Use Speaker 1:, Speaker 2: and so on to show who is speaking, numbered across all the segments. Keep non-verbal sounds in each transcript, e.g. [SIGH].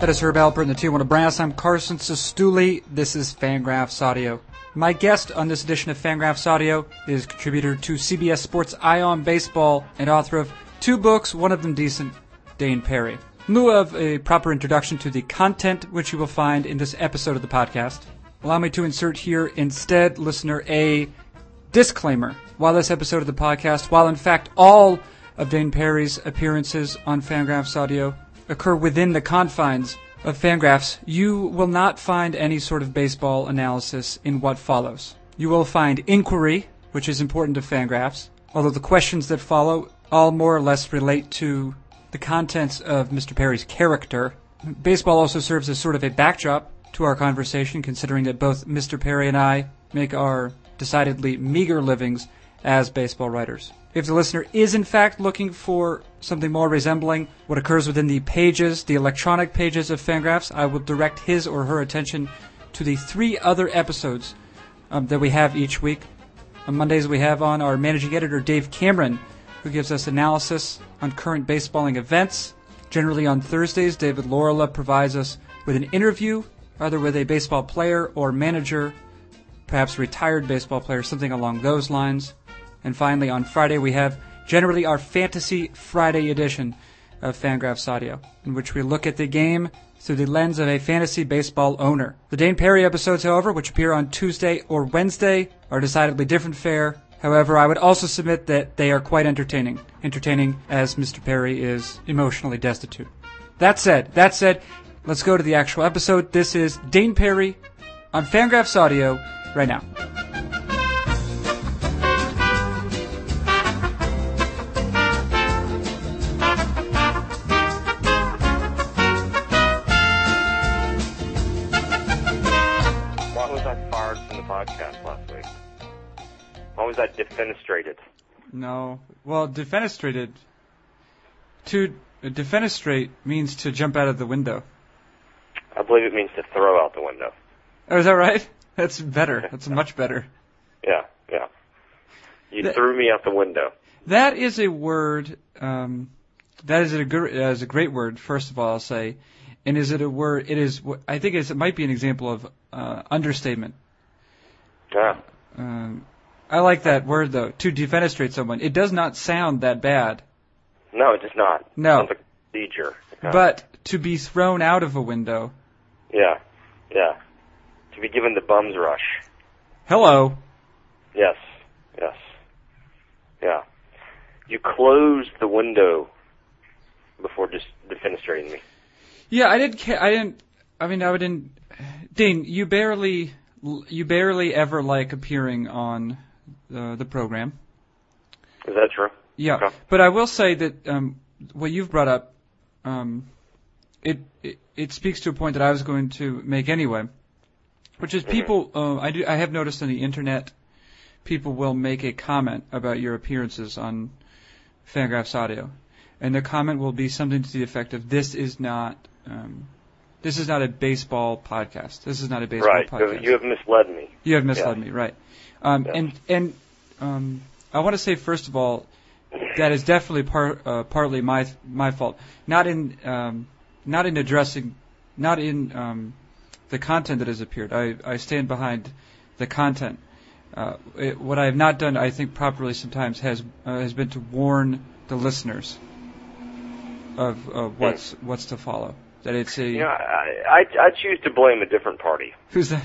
Speaker 1: That is Herb Alpert and the Tijuana Brass. I'm Carson Sestouli. This is Fangraphs Audio. My guest on this edition of Fangraphs Audio is contributor to CBS Sports Eye on Baseball and author of two books, one of them decent, Dane Perry. In lieu of a proper introduction to the content which you will find in this episode of the podcast, allow me to insert here instead, listener A, Disclaimer While this episode of the podcast, while in fact all of Dane Perry's appearances on Fangraphs Audio occur within the confines of Fangraphs, you will not find any sort of baseball analysis in what follows. You will find inquiry, which is important to Fangraphs, although the questions that follow all more or less relate to the contents of Mr. Perry's character. Baseball also serves as sort of a backdrop to our conversation, considering that both Mr. Perry and I make our decidedly meager livings as baseball writers. If the listener is in fact looking for something more resembling what occurs within the pages, the electronic pages of Fangraphs, I will direct his or her attention to the three other episodes um, that we have each week. On Mondays, we have on our managing editor, Dave Cameron, who gives us analysis on current baseballing events. Generally, on Thursdays, David Lorela provides us with an interview, either with a baseball player or manager, perhaps retired baseball player, something along those lines. And finally, on Friday, we have generally our Fantasy Friday edition of Fangraphs Audio, in which we look at the game through the lens of a fantasy baseball owner. The Dane Perry episodes, however, which appear on Tuesday or Wednesday, are decidedly different fare. However, I would also submit that they are quite entertaining, entertaining as Mr. Perry is emotionally destitute. That said, that said, let's go to the actual episode. This is Dane Perry on Fangraphs Audio right now.
Speaker 2: Why was I fired from the podcast last week? Why was I defenestrated?
Speaker 1: No. Well, defenestrated. To uh, defenestrate means to jump out of the window.
Speaker 2: I believe it means to throw out the window.
Speaker 1: Oh, is that right? [LAUGHS] That's better. That's much better.
Speaker 2: Yeah, yeah. You
Speaker 1: Th-
Speaker 2: threw me out the window.
Speaker 1: That is a word. Um, that is a good. That is a great word. First of all, I'll say, and is it a word? It is. wh- I think it's, it might be an example of uh, understatement.
Speaker 2: Yeah.
Speaker 1: Um, I like that word though. To defenestrate someone, it does not sound that bad.
Speaker 2: No, it does not.
Speaker 1: No.
Speaker 2: It's a procedure. Yeah.
Speaker 1: But to be thrown out of a window.
Speaker 2: Yeah, yeah. To be given the bums rush.
Speaker 1: Hello.
Speaker 2: Yes, yes. Yeah. You closed the window before just defenestrating me.
Speaker 1: Yeah, I didn't. Ca- I didn't. I mean, I wouldn't. Dean, you barely, you barely ever like appearing on uh, the program.
Speaker 2: Is that true?
Speaker 1: Yeah,
Speaker 2: Okay.
Speaker 1: but I will say that um, what you've brought up, um, it, it it speaks to a point that I was going to make anyway, which
Speaker 2: Mm-hmm.
Speaker 1: is people. Uh, I do. I have noticed on the internet, people will make a comment about your appearances on Fangraphs Audio, and their comment will be something to the effect of, "This is not." Um, this is not a baseball podcast. This is not a baseball
Speaker 2: right.
Speaker 1: podcast.
Speaker 2: You have misled me.
Speaker 1: You have misled
Speaker 2: Yeah.
Speaker 1: me, right? Um,
Speaker 2: Yeah.
Speaker 1: And and um, I want to say first of all, that is definitely par- uh, partly my my fault. Not in um, not in addressing, not in um, the content that has appeared. I I stand behind the content. Uh, it, what I have not done, I think, properly sometimes has uh, has been to warn the listeners of, of what's what's to follow. That it's a
Speaker 2: You know, I, I, I choose to blame a different party.
Speaker 1: who's that?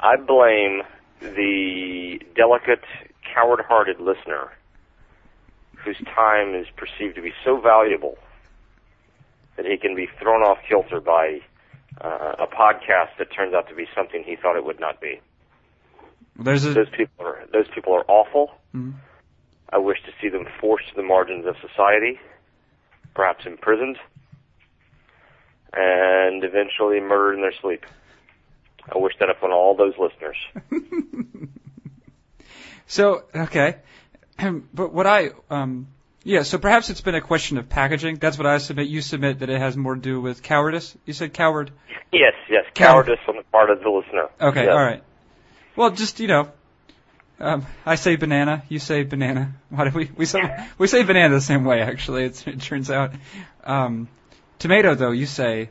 Speaker 2: I blame the delicate, coward hearted listener whose time is perceived to be so valuable that he can be thrown off kilter by uh, a podcast that turns out to be something he thought it would not be.
Speaker 1: There's a
Speaker 2: Those people are, those people are awful.
Speaker 1: Mhm.
Speaker 2: I wish to see them forced to the margins of society, perhaps imprisoned, and eventually murdered in their sleep. I wish that upon all those listeners.
Speaker 1: So okay, [CLEARS THROAT] but what I um yeah, so perhaps it's been a question of packaging. That's what I submit. You submit that it has more to do with cowardice. You said coward.
Speaker 2: Yes, yes,
Speaker 1: Cow-
Speaker 2: cowardice on the part of the listener.
Speaker 1: Okay,
Speaker 2: Yes.
Speaker 1: all right. Well, just you know, um, I say banana. [LAUGHS] You say banana. Why do we we say we say banana the same way? Actually, it's, it turns out. Um, Tomato, though, you say,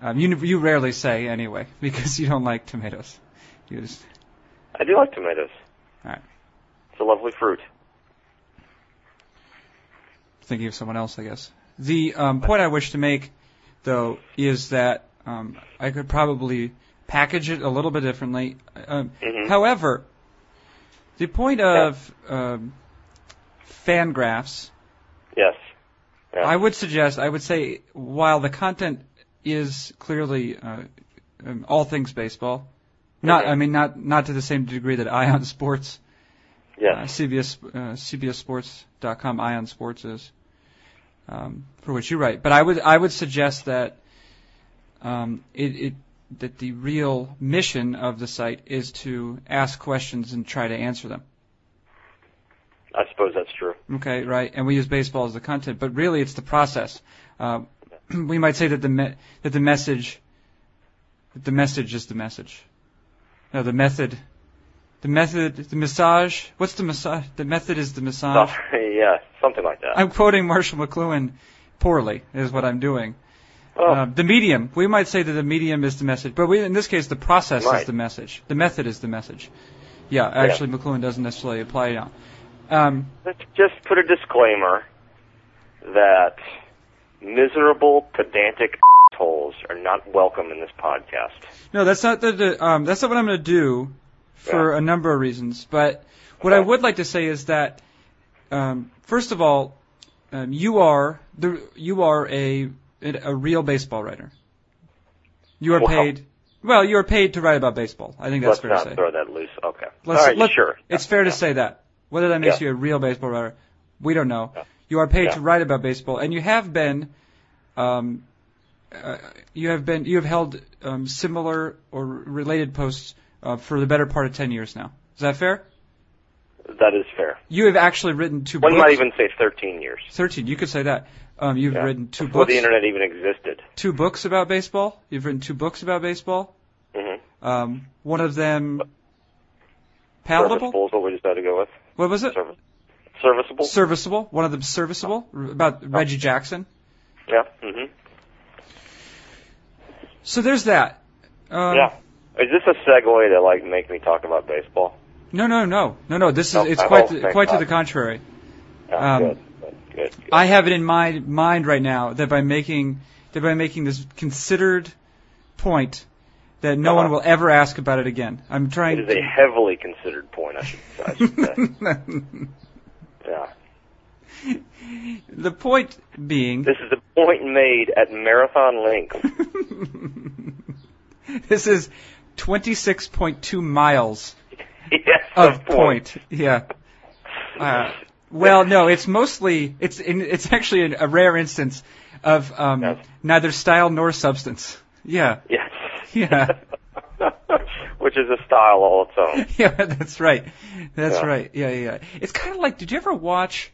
Speaker 1: um, you you rarely say anyway [LAUGHS] because you don't like tomatoes. You just
Speaker 2: I do like tomatoes.
Speaker 1: All right.
Speaker 2: It's a lovely fruit.
Speaker 1: thinking of someone else, I guess. The um, point I wish to make, though, is that um, I could probably package it a little bit differently. Um,
Speaker 2: Mhm.
Speaker 1: However, the point of um, fan graphs,
Speaker 2: Yes. Yeah.
Speaker 1: I would suggest, I would say, while the content is clearly uh, um, all things baseball, not,
Speaker 2: Mhm.
Speaker 1: I mean, not not to the same degree that Ion Sports uh,
Speaker 2: yes.
Speaker 1: CBS, uh, CBSSports.com, Ion Sports is, um, for which you write. But I would, I would suggest that, um, it, it, that the real mission of the site is to ask questions and try to answer them.
Speaker 2: I suppose that's true.
Speaker 1: Okay, right. And we use baseball as the content, but really it's the process. Uh, [CLEARS THROAT] we might say that the me- that the message that the message is the message. No, the method, the method, the massage. What's the massage? The method is the massage.
Speaker 2: [LAUGHS] yeah, something like that.
Speaker 1: I'm quoting Marshall McLuhan poorly, is what I'm doing.
Speaker 2: well,
Speaker 1: Uh, the medium. We might say that the medium is the message, but we, in this case, the process
Speaker 2: Right.
Speaker 1: is the message. The method is the message. Yeah, actually, McLuhan doesn't necessarily apply now. Um,
Speaker 2: let's just put a disclaimer that miserable, pedantic assholes are not welcome in this podcast.
Speaker 1: no, that's not the, the um, that's not what I'm going to do for a number of reasons. But what I
Speaker 2: Okay.
Speaker 1: would like to say is that, um, first of all, um, you are the you are a a real baseball writer. You are
Speaker 2: Well-
Speaker 1: paid. Well, you are paid to write about baseball. I think that's
Speaker 2: let's
Speaker 1: fair to
Speaker 2: not
Speaker 1: say.
Speaker 2: throw that loose. Okay.
Speaker 1: Let's-
Speaker 2: All right,
Speaker 1: let-
Speaker 2: sure.
Speaker 1: It's
Speaker 2: Yeah,
Speaker 1: fair to
Speaker 2: yeah.
Speaker 1: say that. Whether that makes
Speaker 2: Yeah.
Speaker 1: you a real baseball writer, we don't know.
Speaker 2: Yeah.
Speaker 1: You are paid
Speaker 2: Yeah.
Speaker 1: to write about baseball, and you have been, um, uh, you have been, you have held um, similar or related posts uh, for the better part of ten years now. Is that fair?
Speaker 2: That is fair.
Speaker 1: You have actually written two
Speaker 2: One
Speaker 1: books.
Speaker 2: might even say 13 years.
Speaker 1: Thirteen. You could say that. Um, you've
Speaker 2: Yeah.
Speaker 1: written two
Speaker 2: Before
Speaker 1: books.
Speaker 2: the internet even existed.
Speaker 1: Two books about baseball. You've written two books about baseball.
Speaker 2: Mm-hmm.
Speaker 1: Um, one of them palatable.
Speaker 2: Serviceable is what we decided to go with.
Speaker 1: What was it?
Speaker 2: Service. Serviceable.
Speaker 1: Serviceable. One of them serviceable r- about Reggie Jackson.
Speaker 2: yeah. Mm-hmm.
Speaker 1: So there's that. Um,
Speaker 2: yeah. Is this a segue to like make me talk about baseball?
Speaker 1: No, no, no, no, no. This is
Speaker 2: No,
Speaker 1: it's
Speaker 2: I
Speaker 1: quite
Speaker 2: don't
Speaker 1: the,
Speaker 2: think
Speaker 1: quite to
Speaker 2: not.
Speaker 1: the contrary.
Speaker 2: Yeah,
Speaker 1: Um,
Speaker 2: good. Good. Good. good.
Speaker 1: I have it in my mind right now that by making that by making this considered point that no one
Speaker 2: Uh-huh.
Speaker 1: will ever ask about it again. I'm trying.
Speaker 2: It is a heavily considered point. I should, [LAUGHS] I should
Speaker 1: [LAUGHS]
Speaker 2: say. yeah.
Speaker 1: the point being,
Speaker 2: This is a point made at marathon
Speaker 1: [LAUGHS]
Speaker 2: length.
Speaker 1: this is 26.2 miles
Speaker 2: [LAUGHS] yes.
Speaker 1: of
Speaker 2: a
Speaker 1: point. Yeah. Uh, well, no, it's mostly it's in, it's actually an, a rare instance of um,
Speaker 2: Yes.
Speaker 1: neither style nor substance. Yeah, [LAUGHS]
Speaker 2: Yes.
Speaker 1: Yeah.
Speaker 2: [LAUGHS] Which is a style all its own.
Speaker 1: yeah, that's right, that's
Speaker 2: Yeah.
Speaker 1: right. Yeah, yeah. yeah. It's kind of like did you ever watch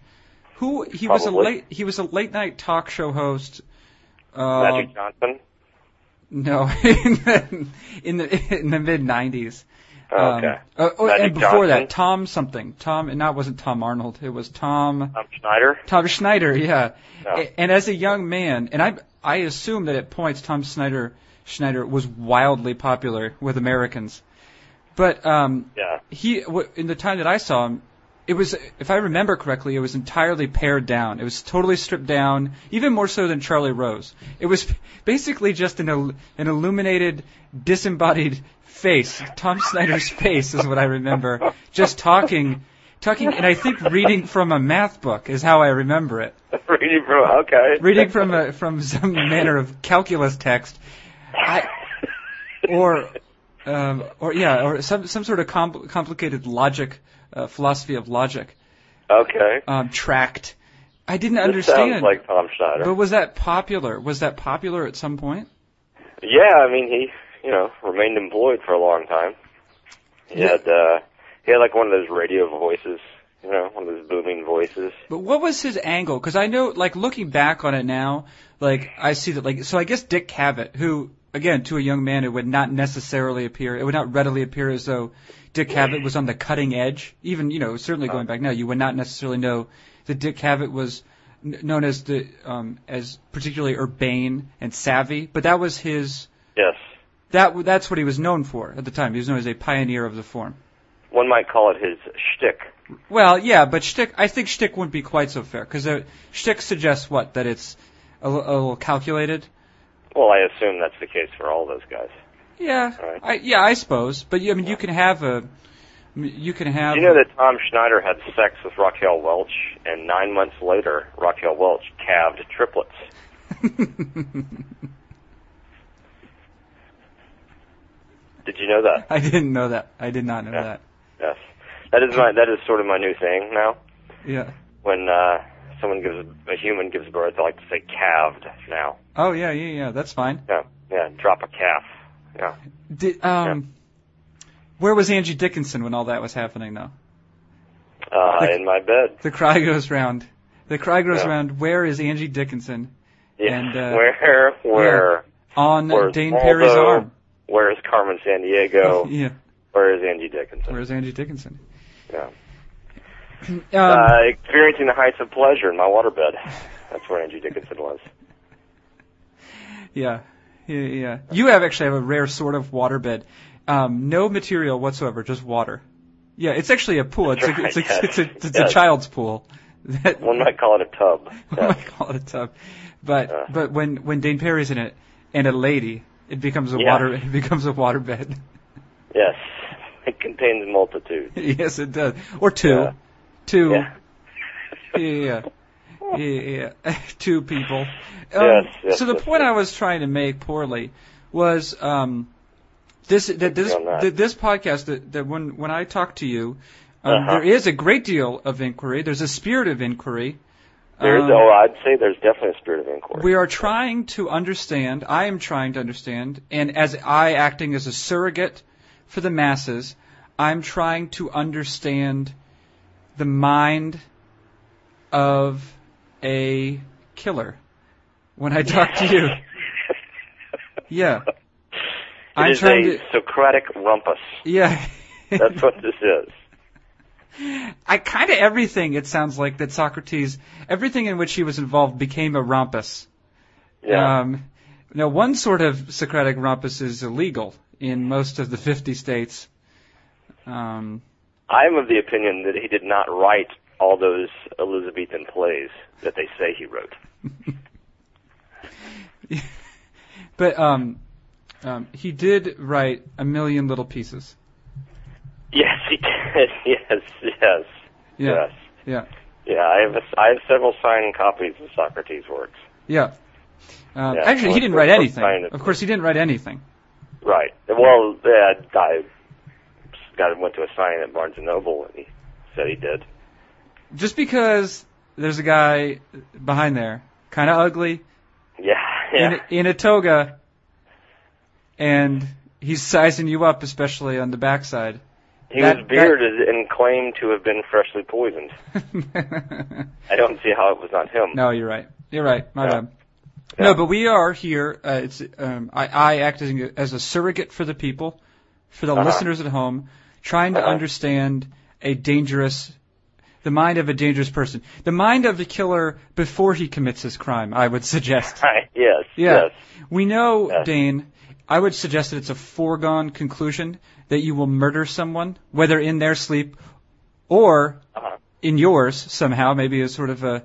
Speaker 1: who he was a
Speaker 2: Probably.
Speaker 1: late he was a late night talk show host. Uh,
Speaker 2: Magic Johnson.
Speaker 1: No, [LAUGHS] in the in the, in the mid '90s. Um,
Speaker 2: Okay.
Speaker 1: uh, oh,
Speaker 2: Magic
Speaker 1: and before
Speaker 2: Johnson.
Speaker 1: that, Tom something. Tom, and that wasn't Tom Arnold. It was Tom.
Speaker 2: Tom Schneider.
Speaker 1: Tom Schneider, yeah.
Speaker 2: Yeah.
Speaker 1: A- And as a young man, and I I assume that at points Tom Schneider Schneider was wildly popular with Americans, but um,
Speaker 2: Yeah. [LAUGHS]
Speaker 1: he w- in the time that I saw him, it was if I remember correctly, it was entirely pared down. It was totally stripped down, even more so than Charlie Rose. It was basically just an il- an illuminated, disembodied face. Tom Snyder's face is what I remember. Just talking, talking, and I think reading from a math book is how I remember it.
Speaker 2: reading from okay.
Speaker 1: Reading from a from some manner of calculus text,
Speaker 2: [LAUGHS]
Speaker 1: I, or um, or yeah, or some some sort of com- complicated logic uh, philosophy of logic
Speaker 2: okay.
Speaker 1: um, tract. I didn't
Speaker 2: This sounds
Speaker 1: understand.
Speaker 2: like Tom Schneider.
Speaker 1: but was that popular? Was that popular at some point?
Speaker 2: Yeah, I mean he, you know, remained employed for a long time. He
Speaker 1: Yeah.
Speaker 2: had uh he had like one of those radio voices, you know, one of those booming voices.
Speaker 1: But what was his angle? Because I know, like looking back on it now, like I see that, like so I guess Dick Cavett, who again to a young man it would not necessarily appear, it would not readily appear as though Dick Cavett was on the cutting edge. Even you know, certainly going back now, you would not necessarily know that Dick Cavett was kn- known as the um, as particularly urbane and savvy, but that was his
Speaker 2: Yes.
Speaker 1: that w- that's what he was known for at the time. He was known as a pioneer of the form.
Speaker 2: One might call it his shtick.
Speaker 1: Well, yeah, but shtick. I think shtick wouldn't be quite so fair because shtick suggests what that it's a, li- a little calculated.
Speaker 2: Well, I assume that's the case for all those guys.
Speaker 1: Yeah,
Speaker 2: Right.
Speaker 1: I, yeah, I suppose. But yeah, I mean, you can have a you can have
Speaker 2: Do you know that Tom Schneider had sex with Raquel Welch, and nine months later, Raquel Welch calved triplets? Did you know that?
Speaker 1: [LAUGHS] I didn't know that. I did not know
Speaker 2: Yeah.
Speaker 1: that.
Speaker 2: Yes. That is my that is sort of my new thing now.
Speaker 1: Yeah.
Speaker 2: When uh, someone gives a human gives birth, I like to say calved now.
Speaker 1: Oh yeah, yeah, yeah. That's fine.
Speaker 2: Yeah, yeah, drop a calf. Yeah.
Speaker 1: Did, um, where was Angie Dickinson when all that was happening though? [LAUGHS]
Speaker 2: Uh,
Speaker 1: Like-
Speaker 2: in my bed.
Speaker 1: The cry goes round. The cry goes
Speaker 2: Yeah.
Speaker 1: round. Where is Angie Dickinson
Speaker 2: Yeah.
Speaker 1: And, uh,
Speaker 2: where where
Speaker 1: on
Speaker 2: Where's
Speaker 1: Dane
Speaker 2: Waldo?
Speaker 1: Perry's arm?
Speaker 2: where is Carmen
Speaker 1: [LAUGHS]
Speaker 2: San Diego?
Speaker 1: yeah.
Speaker 2: Where is Angie Dickinson?
Speaker 1: Where's Angie Dickinson?
Speaker 2: Yeah.
Speaker 1: [CLEARS THROAT] Um,
Speaker 2: uh, experiencing the heights of pleasure in my waterbed. That's where Angie Dickinson was.
Speaker 1: yeah. Yeah, yeah. You have actually have a rare sort of waterbed. Um, no material whatsoever, just water. Yeah, it's actually a pool. It's
Speaker 2: That's
Speaker 1: a, it's
Speaker 2: right, yes,
Speaker 1: a, it's a, it's a
Speaker 2: yes.
Speaker 1: child's pool. [LAUGHS] That, [LAUGHS]
Speaker 2: One might call it a tub.
Speaker 1: What
Speaker 2: Yeah.
Speaker 1: do I call it a tub. But
Speaker 2: Uh.
Speaker 1: but when when Dane Perry's in it and a lady, it becomes a
Speaker 2: Yeah.
Speaker 1: water [LAUGHS] it becomes a waterbed.
Speaker 2: yes. It contains multitude.
Speaker 1: [LAUGHS] yes, it does. Or two,
Speaker 2: Yeah.
Speaker 1: two,
Speaker 2: Yeah. [LAUGHS]
Speaker 1: yeah, yeah, yeah, [LAUGHS] yeah. two people. Um,
Speaker 2: Yes, yes,
Speaker 1: so the
Speaker 2: yes,
Speaker 1: point
Speaker 2: yes.
Speaker 1: I was trying to make poorly was um, this that this
Speaker 2: on that.
Speaker 1: that this podcast that, that when when I talk to you, um,
Speaker 2: Uh-huh.
Speaker 1: there is a great deal of inquiry. There's a spirit of inquiry.
Speaker 2: There's,
Speaker 1: Um,
Speaker 2: oh, I'd say there's definitely a spirit of inquiry.
Speaker 1: We are trying to understand, I am trying to understand, and as I acting as a surrogate for the masses, I'm trying to understand the mind of a killer when I talk to
Speaker 2: [LAUGHS]
Speaker 1: you. Yeah.
Speaker 2: It
Speaker 1: I'm
Speaker 2: is
Speaker 1: trying
Speaker 2: a
Speaker 1: to-
Speaker 2: Socratic
Speaker 1: [LAUGHS]
Speaker 2: rumpus.
Speaker 1: Yeah.
Speaker 2: That's what this is.
Speaker 1: [LAUGHS] I kind of everything it sounds like that Socrates everything in which he was involved became a rompus.
Speaker 2: Yeah.
Speaker 1: Um, now, one sort of Socratic rumpus is illegal in most of the 50 states. Um,
Speaker 2: I'm of the opinion that he did not write all those Elizabethan plays that they say he wrote.
Speaker 1: but um, um, he did write a million little pieces.
Speaker 2: [LAUGHS] Yes, he did. [LAUGHS] Yes, yes,
Speaker 1: Yeah,
Speaker 2: yes.
Speaker 1: yeah,
Speaker 2: Yeah, I have a, I have several signed copies of Socrates' works.
Speaker 1: yeah. Um,
Speaker 2: Yeah,
Speaker 1: actually, he
Speaker 2: well,
Speaker 1: didn't
Speaker 2: it's
Speaker 1: write
Speaker 2: all
Speaker 1: anything.
Speaker 2: kind of-
Speaker 1: Of course, he didn't write anything.
Speaker 2: Right. Well, uh, I got went to a sign at Barnes and Noble, and he said he did.
Speaker 1: Just because there's a guy behind there, kind of ugly,
Speaker 2: Yeah, [LAUGHS] yeah,
Speaker 1: in, in a toga, and he's sizing you up, especially on the backside. [LAUGHS]
Speaker 2: he
Speaker 1: that-
Speaker 2: was
Speaker 1: that-
Speaker 2: bearded and claimed to have been freshly poisoned. I don't see how it was not him.
Speaker 1: No, you're right. You're right. My
Speaker 2: Yeah.
Speaker 1: bad.
Speaker 2: Yeah.
Speaker 1: No, but we are here. Uh, it's um, I, I act as, a- as a surrogate for the people, for the
Speaker 2: Uh-huh.
Speaker 1: listeners at home, trying to
Speaker 2: Uh-huh.
Speaker 1: understand a dangerous, the mind of a dangerous person, the mind of the killer before he commits his crime. I would suggest.
Speaker 2: [LAUGHS] Right. Yes.
Speaker 1: Yeah.
Speaker 2: [LAUGHS] Yes.
Speaker 1: We know,
Speaker 2: Yes.
Speaker 1: Dane. I would suggest that it's a foregone conclusion that you will murder someone, whether in their sleep or
Speaker 2: Uh-huh.
Speaker 1: in yours somehow, maybe a sort of a,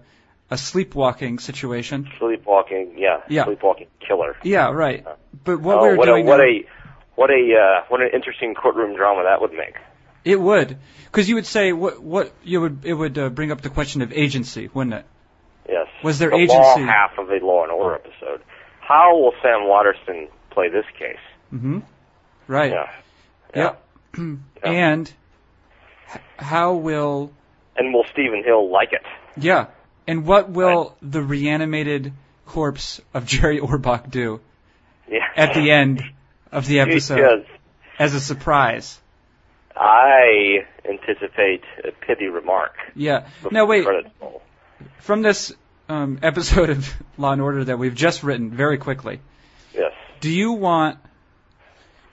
Speaker 1: a sleepwalking situation.
Speaker 2: Sleepwalking. Yeah.
Speaker 1: Yeah.
Speaker 2: Sleepwalking killer.
Speaker 1: Yeah, right. But what
Speaker 2: oh,
Speaker 1: we're
Speaker 2: what
Speaker 1: doing,
Speaker 2: a what
Speaker 1: now-
Speaker 2: a what a uh, what an interesting courtroom drama that would make.
Speaker 1: it would, because you would say what what you would it would uh, bring up the question of agency, wouldn't it?
Speaker 2: Yes.
Speaker 1: Was there
Speaker 2: the law
Speaker 1: agency?
Speaker 2: half of a Law and Order episode? How will Sam Waterston play this case?
Speaker 1: Mm-hmm. Right.
Speaker 2: Yeah.
Speaker 1: Yep. [CLEARS THROAT] And h- how will
Speaker 2: And will Stephen Hill like it?
Speaker 1: yeah? And what will the reanimated corpse of Jerry Orbach do
Speaker 2: Yeah.
Speaker 1: at the end of
Speaker 2: [LAUGHS]
Speaker 1: the episode
Speaker 2: Because
Speaker 1: as a surprise?
Speaker 2: I anticipate a pithy remark.
Speaker 1: Yeah.
Speaker 2: before
Speaker 1: No, wait.
Speaker 2: the credits roll.
Speaker 1: From this um, episode of [LAUGHS] Law and Order that we've just written very quickly,
Speaker 2: Yes.
Speaker 1: Do you want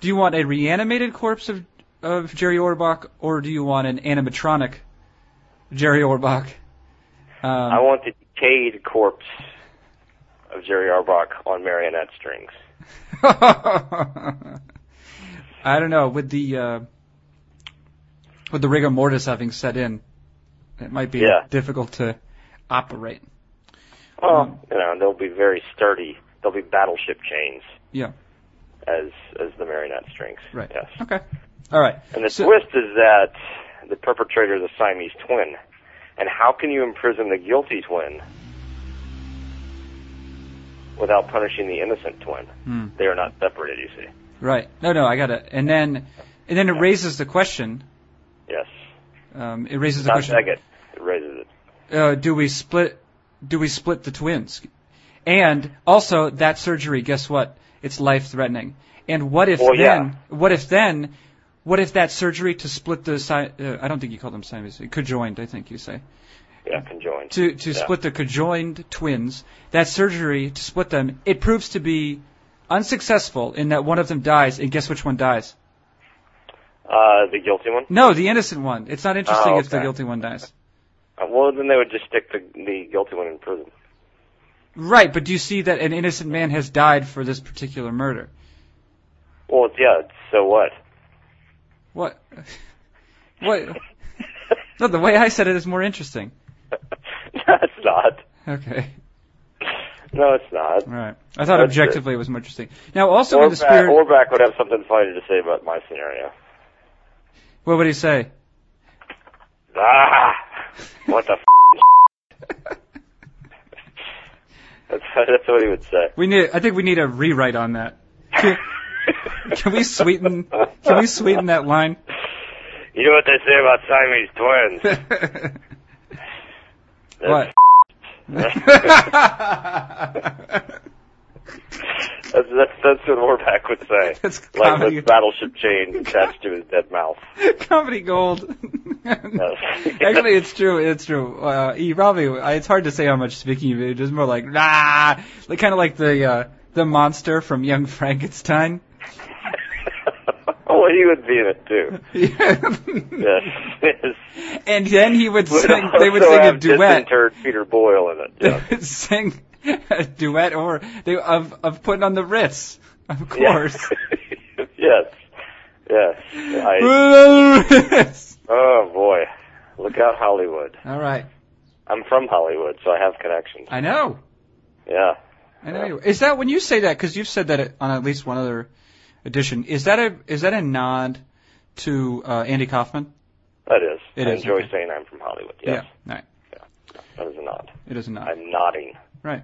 Speaker 1: do you want a reanimated corpse of of Jerry Orbach or do you want an animatronic Jerry Orbach? Um,
Speaker 2: I want the decayed corpse of Jerry Arbach on marionette strings.
Speaker 1: [LAUGHS] I don't know. With the uh, with the rigor mortis having set in, it might be
Speaker 2: Yeah.
Speaker 1: difficult to operate.
Speaker 2: Well,
Speaker 1: Mm.
Speaker 2: you know, they'll be very sturdy. They'll be battleship chains.
Speaker 1: Yeah.
Speaker 2: As as the marionette strings.
Speaker 1: Right.
Speaker 2: Yes.
Speaker 1: Okay. All right.
Speaker 2: And the
Speaker 1: So-
Speaker 2: twist is that the perpetrator is a Siamese twin. And how can you imprison the guilty twin without punishing the innocent twin?
Speaker 1: Hmm.
Speaker 2: They are not separated, you see.
Speaker 1: Right. No, no, I got it. And then, and then it raises the question.
Speaker 2: Yes.
Speaker 1: Um, it raises the
Speaker 2: Not
Speaker 1: question.
Speaker 2: second. It raises it.
Speaker 1: Uh, do we split? Do we split the twins? And also that surgery. Guess what? It's life threatening. And what if
Speaker 2: Well, yeah.
Speaker 1: then? What if then? What if that surgery to split the? Si- uh, I don't think you call them Siamese. Conjoined, I think you say.
Speaker 2: Yeah, conjoined.
Speaker 1: to to
Speaker 2: Yeah.
Speaker 1: split the conjoined twins. That surgery to split them, it proves to be unsuccessful in that one of them dies, and guess which one dies?
Speaker 2: Uh, the guilty one?
Speaker 1: No, the innocent one. It's not interesting
Speaker 2: Oh,
Speaker 1: if the
Speaker 2: okay.
Speaker 1: guilty one dies.
Speaker 2: Uh, well, then they would just stick the, the guilty one in prison.
Speaker 1: Right, but do you see that an innocent man has died for this particular murder?
Speaker 2: Well, it's, yeah, it's- so what?
Speaker 1: What? what? [LAUGHS] No, the way I said it is more interesting.
Speaker 2: [LAUGHS] no, it's not.
Speaker 1: Okay,
Speaker 2: No, it's not.
Speaker 1: all right. I thought
Speaker 2: That's it.
Speaker 1: objectively it was more interesting. Now, also in
Speaker 2: Orback,
Speaker 1: the spirit,
Speaker 2: Orback would have something funny to say about my scenario.
Speaker 1: what would he say?
Speaker 2: Ah, what the f***? That's, [LAUGHS] that's what he would say.
Speaker 1: We need. I think we need a rewrite on that. Can- Can we sweeten? Can we sweeten that line?
Speaker 2: You know what they say about Siamese twins?
Speaker 1: [LAUGHS] what?
Speaker 2: That's, that's, that's what Orback would say.
Speaker 1: [LAUGHS] [LAUGHS] That's
Speaker 2: like
Speaker 1: comedy.
Speaker 2: with battleship chain attached to his dead mouth.
Speaker 1: [LAUGHS]
Speaker 2: [LAUGHS]
Speaker 1: Comedy gold. [LAUGHS] Actually, it's true. It's true. Uh, he probably. I- It's hard to say how much speaking of it. It's more like nah, like kind of like the uh, the monster from Young Frankenstein.
Speaker 2: well, he would be in it too. Yes. yes.
Speaker 1: [LAUGHS] and then he would
Speaker 2: Would [LAUGHS]
Speaker 1: sing. They would
Speaker 2: also
Speaker 1: sing a
Speaker 2: have
Speaker 1: duet.
Speaker 2: Disinterred Peter Boyle in it.
Speaker 1: They
Speaker 2: Yeah.
Speaker 1: would [LAUGHS] sing a duet or they of of putting on the Ritz, of course.
Speaker 2: [LAUGHS] yes. Yes. I,
Speaker 1: Ritz.
Speaker 2: oh boy. Look out Hollywood.
Speaker 1: [LAUGHS] All right,
Speaker 2: I'm from Hollywood, so I have connections.
Speaker 1: I know.
Speaker 2: Yeah.
Speaker 1: I know. you- Is that when you say that? Because you've said that on at least one other edition. Is that a is that a nod to uh, Andy Kaufman?
Speaker 2: That is.
Speaker 1: It
Speaker 2: I
Speaker 1: is,
Speaker 2: enjoy
Speaker 1: okay.
Speaker 2: saying I'm from Hollywood. Yes.
Speaker 1: Yeah. All right.
Speaker 2: That is a nod.
Speaker 1: It is a nod.
Speaker 2: I'm nodding. [LAUGHS]
Speaker 1: Right.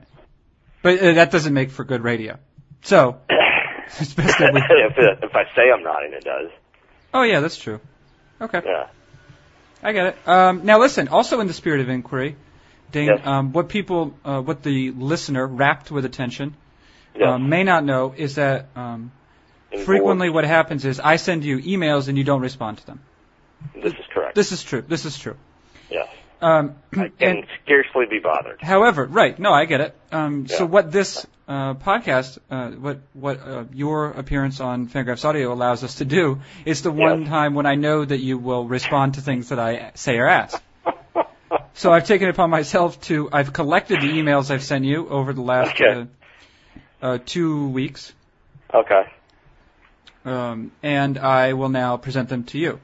Speaker 1: But uh, that doesn't make for good radio. So [LAUGHS] it's best
Speaker 2: [LAUGHS]
Speaker 1: that we.
Speaker 2: if, if I say I'm nodding, it does.
Speaker 1: Oh yeah, that's true. Okay.
Speaker 2: Yeah.
Speaker 1: I get it. Um, now listen. Also in the spirit of inquiry, Dane,
Speaker 2: Yes.
Speaker 1: um, what people, uh, what the listener wrapped with attention
Speaker 2: Yes.
Speaker 1: uh, may not know is that um,
Speaker 2: Involved.
Speaker 1: frequently what happens is I send you emails and you don't respond to them.
Speaker 2: This is correct.
Speaker 1: This is true. This is true.
Speaker 2: yes.
Speaker 1: Um, [CLEARS THROAT]
Speaker 2: I can
Speaker 1: and
Speaker 2: scarcely
Speaker 1: [LAUGHS]
Speaker 2: be bothered.
Speaker 1: however, right? No, I get it. Um, So
Speaker 2: Yeah.
Speaker 1: what this uh, podcast, uh, what what uh, your appearance on Fangraphs Audio allows us to do is the one
Speaker 2: Yes.
Speaker 1: time when I know that you will respond to things that I say or ask. So I've taken it upon myself to I've collected the emails I've sent you over the last
Speaker 2: Okay.
Speaker 1: uh, uh, two weeks,
Speaker 2: Okay.
Speaker 1: Uh, um, and I will now present them to you.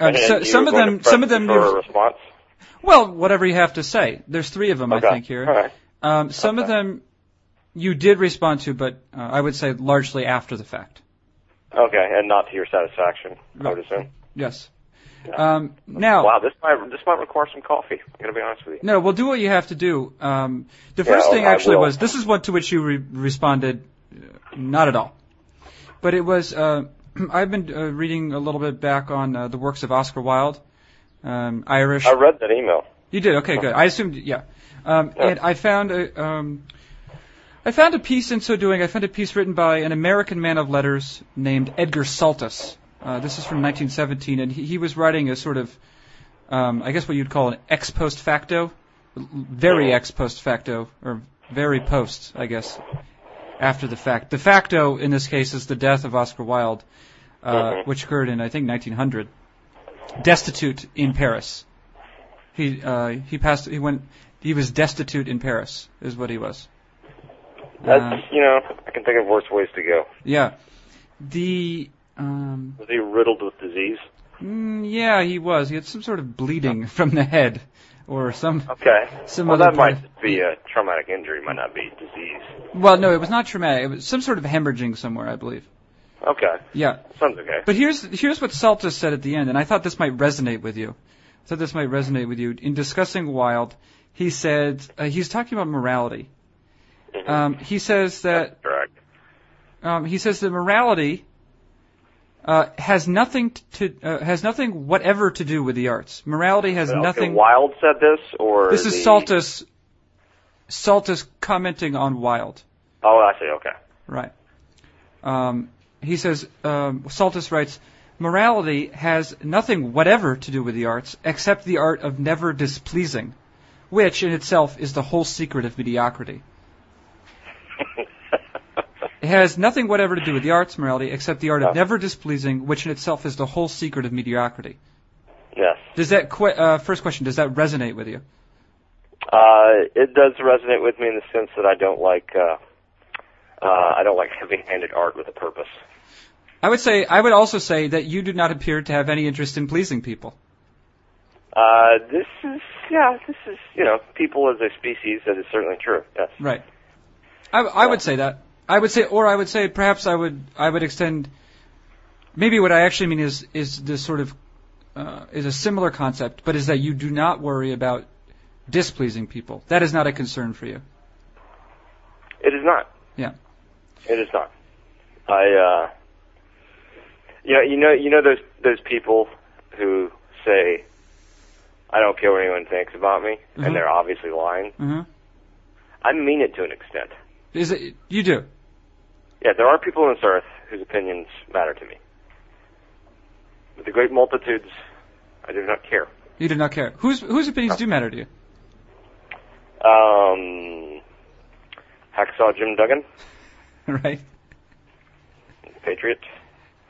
Speaker 1: Uh,
Speaker 2: And
Speaker 1: so,
Speaker 2: you
Speaker 1: some
Speaker 2: were
Speaker 1: of
Speaker 2: going to
Speaker 1: them,
Speaker 2: press
Speaker 1: some of them,
Speaker 2: for
Speaker 1: you've-
Speaker 2: a response.
Speaker 1: well, whatever you have to say. There's three of them,
Speaker 2: Okay.
Speaker 1: I think here.
Speaker 2: All right.
Speaker 1: Um, some of
Speaker 2: Okay.
Speaker 1: them you did respond to, but uh, I would say largely after the fact.
Speaker 2: Okay, and not to your satisfaction, I would assume.
Speaker 1: Yes. Um, now,
Speaker 2: Wow, this might this might require some coffee. I'm gonna be honest with you.
Speaker 1: no, we'll do what you have to do. Um, the first
Speaker 2: oh,
Speaker 1: thing
Speaker 2: I
Speaker 1: actually
Speaker 2: will.
Speaker 1: was this is one to which you re- responded, uh, not at all, but it was. Uh, [CLEARS THROAT] I've been uh, reading a little bit back on uh, the works of Oscar Wilde, um, Irish
Speaker 2: I read that email.
Speaker 1: You did okay, good. I assumed, yeah. Um,
Speaker 2: Yeah.
Speaker 1: And I found a, um, I found a piece in so doing. I found a piece written by an American man of letters named Edgar Saltus. Uh, this is from 1917, and he, he was writing a sort of, um, I guess what you'd call an ex post facto, very ex post facto, or very post, I guess, after the fact. De facto in this case is the death of Oscar Wilde, uh,
Speaker 2: Mhm.
Speaker 1: which occurred in I think 1900, destitute in Paris. He uh, he passed. He went he was destitute in Paris, is what he was.
Speaker 2: That's
Speaker 1: Uh,
Speaker 2: you know, I can think of worse ways to go.
Speaker 1: yeah. The um,
Speaker 2: Was he riddled with disease?
Speaker 1: mm, yeah, he was. He had some sort of bleeding from the head, or some
Speaker 2: Okay.
Speaker 1: some
Speaker 2: well,
Speaker 1: other
Speaker 2: that
Speaker 1: part
Speaker 2: might
Speaker 1: of-
Speaker 2: be a traumatic injury. Might not be disease.
Speaker 1: Well, no, it was not traumatic. It was some sort of hemorrhaging somewhere, I believe.
Speaker 2: Okay.
Speaker 1: Yeah.
Speaker 2: Sounds okay.
Speaker 1: But here's here's what Salta said at the end, and I thought this might resonate with you. I thought this might resonate with you in discussing Wilde. He said uh, he's talking about morality.
Speaker 2: Mhm.
Speaker 1: Um, he says that
Speaker 2: Correct.
Speaker 1: um, he says that morality uh, has nothing to uh, has nothing whatever to do with the arts. Morality has
Speaker 2: Okay,
Speaker 1: nothing.
Speaker 2: Wilde said this, or
Speaker 1: This
Speaker 2: the...
Speaker 1: is Saltus Saltus commenting on Wilde.
Speaker 2: Oh, I see. Okay. [LAUGHS]
Speaker 1: Right. Um, he says, um, Saltus writes, morality has nothing whatever to do with the arts except the art of never displeasing, which in itself is the whole secret of mediocrity. It has nothing whatever to do with the arts, morality, except the art of
Speaker 2: Yeah.
Speaker 1: never displeasing, which in itself is the whole secret of mediocrity.
Speaker 2: yes.
Speaker 1: Does that que- uh, first question? Does that resonate with you?
Speaker 2: Uh, it does resonate with me in the sense that I don't like. Uh, uh, I don't like heavy-handed art with a purpose.
Speaker 1: I would say I would also say that you do not appear to have any interest in pleasing people.
Speaker 2: Uh, this is, yeah, this is, you know, people as a species, that is certainly true. Yes.
Speaker 1: Right. I, I would say that. I would say, or I would say, perhaps I would, I would extend. Maybe what I actually mean is, is this sort of, uh, is a similar concept, but is that you do not worry about displeasing people. That is not a concern for you.
Speaker 2: It is not.
Speaker 1: Yeah.
Speaker 2: It is not. I, uh, you know, you know, you know those those people who say, "I don't care what anyone thinks about me,"
Speaker 1: Mhm.
Speaker 2: and they're obviously lying.
Speaker 1: hmm
Speaker 2: I mean it to an extent.
Speaker 1: Is it? You do.
Speaker 2: Yeah, there are people on this earth whose opinions matter to me. But the great multitudes, I do not care.
Speaker 1: You do not care. Whose whose opinions do matter to you? [LAUGHS]
Speaker 2: Um, Hacksaw Jim Duggan,
Speaker 1: right.
Speaker 2: Patriot,